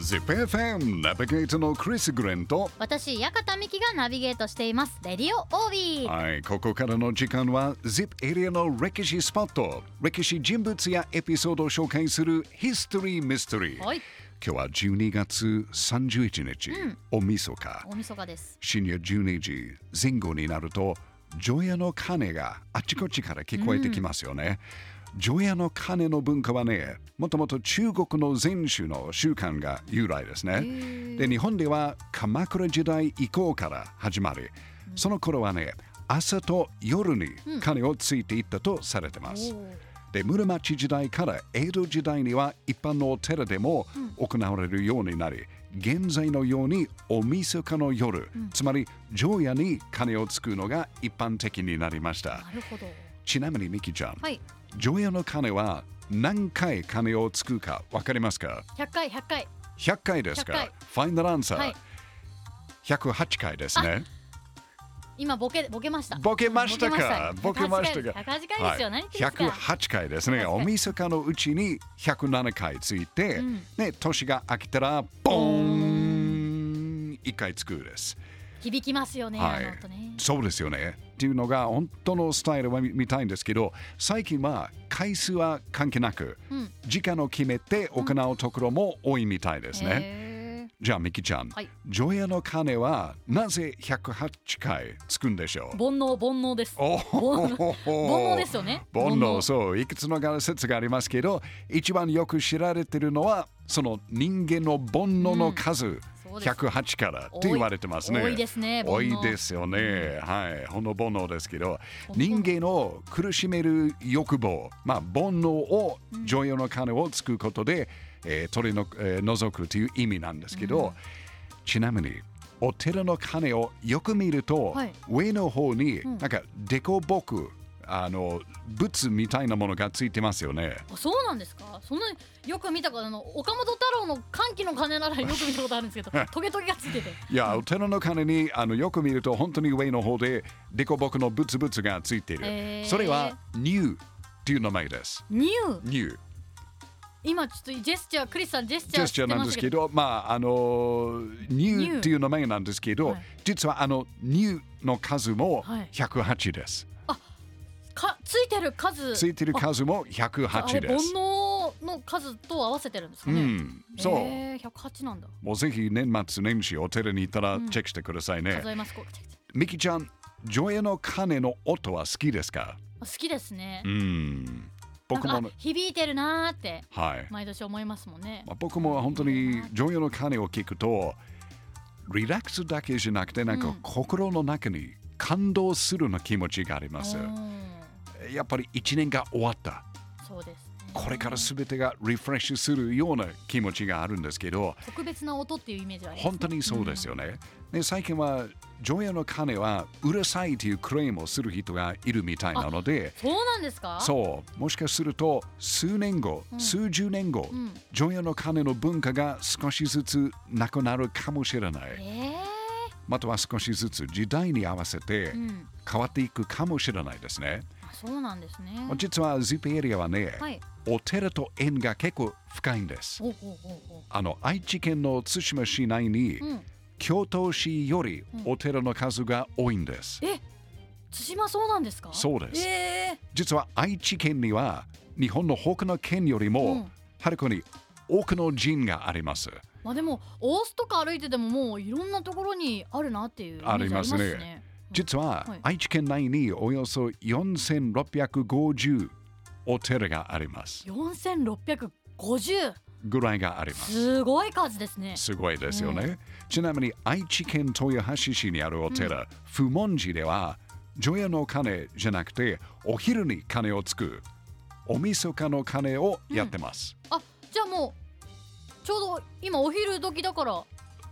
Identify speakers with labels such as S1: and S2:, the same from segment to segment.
S1: ZIPFM ナビゲートのクリス・グレンと
S2: 私館たみきがナビゲートしていますレディオオービー
S1: はいここからの時間は ZIP エリアの歴史スポット歴史人物やエピソードを紹介する History Mystery
S2: はい
S1: 今日は12月31日、おみそか
S2: 大晦日です
S1: 深夜12時前後になると除夜の鐘があちこちから聞こえてきますよね、除夜の鐘の文化はねもともと中国の禅宗の習慣が由来ですね、で日本では鎌倉時代以降から始まりその頃はね朝と夜に鐘をついていったとされてます、で室町時代から江戸時代には一般のお寺でも行われるようになり、現在のようにおみそかの夜、つまり除夜に鐘をつくのが一般的になりました
S2: なるほど
S1: ちなみにミキちゃん、
S2: はい
S1: 除夜の鐘は何回鐘をつくか分かりますか
S2: 100回100回
S1: 100回ですか
S2: 100回
S1: ファイナルアンサー、
S2: はい
S1: 108回ですね
S2: 今ボケボケました
S1: ボケましたかボケました
S2: 108
S1: か
S2: 回108回ですよ、何言ってんですか
S1: 108回ですね
S2: 確か
S1: お
S2: に
S1: みそかのうちに107回ついて、
S2: ん
S1: ね年が明けたらボーン1回つくです
S2: 響きますよね、
S1: はい
S2: あの音ね
S1: そうですよねっていうのが本当のスタイルはみ見たいんですけど最近は回数は関係なく、
S2: ん
S1: 時間を決めて行うところも多いみたいですね、
S2: へ
S1: じゃあミキちゃん、
S2: はい
S1: 除夜の鐘はなぜ108回つくんでしょ
S2: ー
S1: う
S2: 煩悩煩悩です
S1: お
S2: 煩悩煩悩ですよね
S1: 煩悩そういくつの説がありますけど一番よく知られてるのはその人間の煩悩の数、
S2: そうです
S1: 108からって言われてますね。
S2: 多い多いですね煩
S1: 多
S2: 悩
S1: いですよね。はい。ほの煩悩ですけど、
S2: ほの
S1: 人間を苦しめる欲望、まあ、煩悩を常用の金をつくことで、えー取りの、えー除くという意味なんですけど、ちなみに、お寺の鐘をよく見ると、
S2: はい
S1: 上の方になんかデコボク、あの、仏みたいなものがついてますよね。
S2: あそうなんですかそんなよく見たことあの岡本太郎の歓喜の鐘ならよく見たことあるんですけどトゲトゲがついてて
S1: いや、お寺の鐘にあのよく見ると本当に上の方でデコボクのブツブツがついている。
S2: へー
S1: それはニューっていう名前です。
S2: ニュー
S1: ニュー。
S2: 今ちょっとジェスチャークリスさんジェスチ
S1: ジ
S2: ャー
S1: ェスチャーなんですけど、まあ、あの、ニューっていう名前なんですけど、
S2: はい
S1: 実はあの、ニューの数も
S2: はい
S1: 108です。
S2: かついてる数
S1: ついてる数も
S2: あ
S1: 108
S2: れ
S1: で
S2: 煩
S1: す。
S2: 悩の数と合わせてるんですか
S1: う
S2: ね、
S1: ん、そう。
S2: えー、108なんだ
S1: もうぜひ年末年始お寺に行ったらチェックしてくださいね
S2: 数。えますこう
S1: ミキちゃん、除夜の鐘の音は好きですか
S2: あ好きですね
S1: う、ん。僕
S2: な
S1: も
S2: んか
S1: ね
S2: あ、響いてるなーって
S1: はい。
S2: 毎年思いますもんね
S1: まあ、僕も本当に常用の鐘を聞くとリラックスだけじゃなくてなん
S2: う
S1: か
S2: ん
S1: 心の中に感動するの気持ちがあります、
S2: うん
S1: やっぱり1年が終わった
S2: そうですね
S1: これから全てがリフレッシュするような気持ちがあるんですけど
S2: 特別な音っていうイメージはあります
S1: 本当にそうですよね、ね最近は常夜の鐘はうるさいというクレームをする人がいるみたいなので
S2: そうなんですか
S1: そうもしかすると数年後、数十年後、
S2: ん
S1: 常夜の鐘の文化が少しずつなくなるかもしれない、
S2: ええ
S1: または少しずつ時代に合わせて
S2: ー、うん
S1: 変わっていくかもしれないですね、
S2: あそうなんですね
S1: まあ実は ZIP エリアはね、
S2: はい
S1: お寺と縁が結構深いんです
S2: おうおうおうおう
S1: あの愛知県の対馬市内に、
S2: うん
S1: 京都市より
S2: うん
S1: お寺の数が多いんです、
S2: え対馬そうなんですか
S1: そうです
S2: え
S1: 実は愛知県には日本の他の県より
S2: う
S1: も
S2: ん
S1: はるかに多くの寺院があります、
S2: ー、まあでも大須とか歩いててももういろんなところにあるなっていうイメージ
S1: ありますね
S2: ありね
S1: 実は
S2: はい
S1: 愛知県内におよそ4650お寺があります
S2: 4650
S1: ぐらいがあります
S2: すごい数ですね
S1: すごいですよね、ちなみに愛知県豊橋市にあるお寺、不問寺では除夜の鐘じゃなくてお昼に鐘をつくおみそかの鐘をやってます、
S2: あじゃあもうちょうど今お昼時だから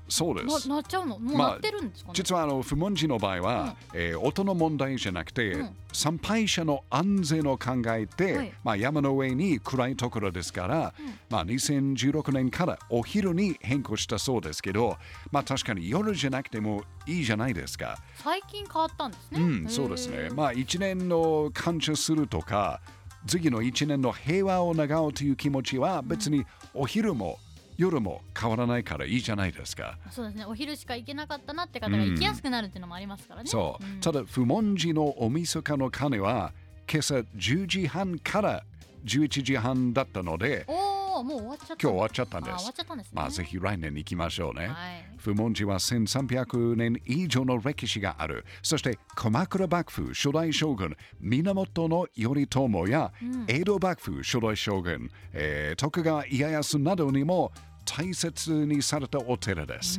S1: そうで
S2: な
S1: す
S2: なっちゃうのもう
S1: まあ
S2: なってるんですかね、
S1: 実はあの不問寺の場合は、えー音の問題じゃなくて、
S2: うん
S1: 参拝者の安全を考えて、
S2: はい
S1: まあ、山の上に暗いところですから、まあ、2016年からお昼に変更したそうですけど、まあ、確かに夜じゃなくてもいいじゃないですか。
S2: 最近変わったんですね
S1: うん、そうです
S2: へ
S1: ね。
S2: ー
S1: まあ、一年の感謝するとか、次の一年の平和を願うという気持ちは別にお昼も夜も変わらないからいいじゃないですか。
S2: そうですねお昼しか行けなかったなって方が行きやすくなるっていうのもありますからね、
S1: そう、
S2: ん
S1: ただ不問時のおみそかの鐘は今朝10時半から11時半だったので
S2: おおもう終わっちゃった
S1: 今日終わっちゃった
S2: あ
S1: んで
S2: 終わ
S1: す
S2: っち。ゃったんですね
S1: まあぜひ来年行きましょうね。
S2: はい
S1: 不問寺は1300年以上の歴史があるそして鎌倉幕府初代将軍源頼朝や、江戸幕府初代将軍、えー徳川家康などにも大切にされたお寺です、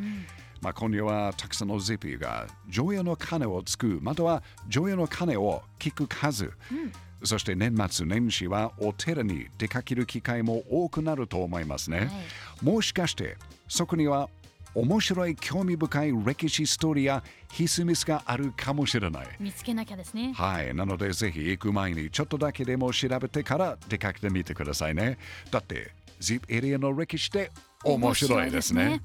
S1: まあ、今夜はたくさんのゼピーが除夜の鐘をつくまたは除夜の鐘を聞く数、そして年末年始はお寺に出かける機会も多くなると思いますね、
S2: はい
S1: もしかしてそこには面白い興味深い歴史ストーリーやヒスミスがあるかもしれない。
S2: 見つけなきゃですね
S1: はい、なのでぜひ行く前にちょっとだけでも調べてから出かけてみてくださいね。だって、ZIP エリアの歴史って面白いですね。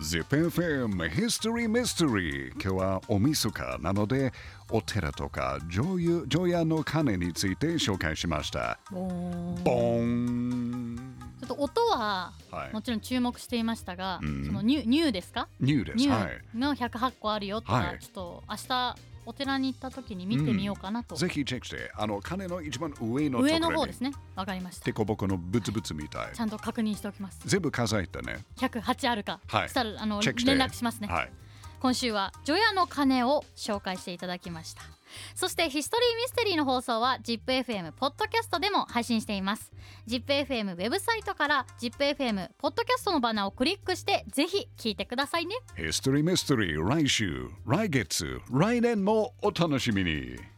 S1: ZIPFM History Mystery 今日はおみそかなのでお寺とか女優女優の鐘について紹介しました。
S2: 面白いですね
S1: ボーン
S2: ちょっと音は
S1: はい
S2: もちろん注目していましたが、
S1: うん
S2: そのニュニューですか
S1: ニューです。
S2: ニュ
S1: はい
S2: ーの108個あるよって、
S1: はい
S2: ちょっと明日お寺に行った時に見てみようかなと、
S1: ぜひチェックして、あの鐘の一番上のところに
S2: 上の方ですねわかりました
S1: でこぼこのブツブツみたい
S2: ち。ゃんと確認しておきます
S1: 全部数えたね。
S2: 108あるか、
S1: はい
S2: したらあの
S1: チェ
S2: 連
S1: ックして。
S2: 絡しますね、
S1: はい。
S2: 今週は「除夜の鐘」を紹介していただきましたそして「ヒストリーミステリー」の放送は ZIPFM ポッドキャストでも配信しています ZIPFM ウェブサイトから ZIPFM ポッドキャストのバナーをクリックしてぜひ聞いてくださいね
S1: ヒストリーミステリー、来週、来月、来年もお楽しみに。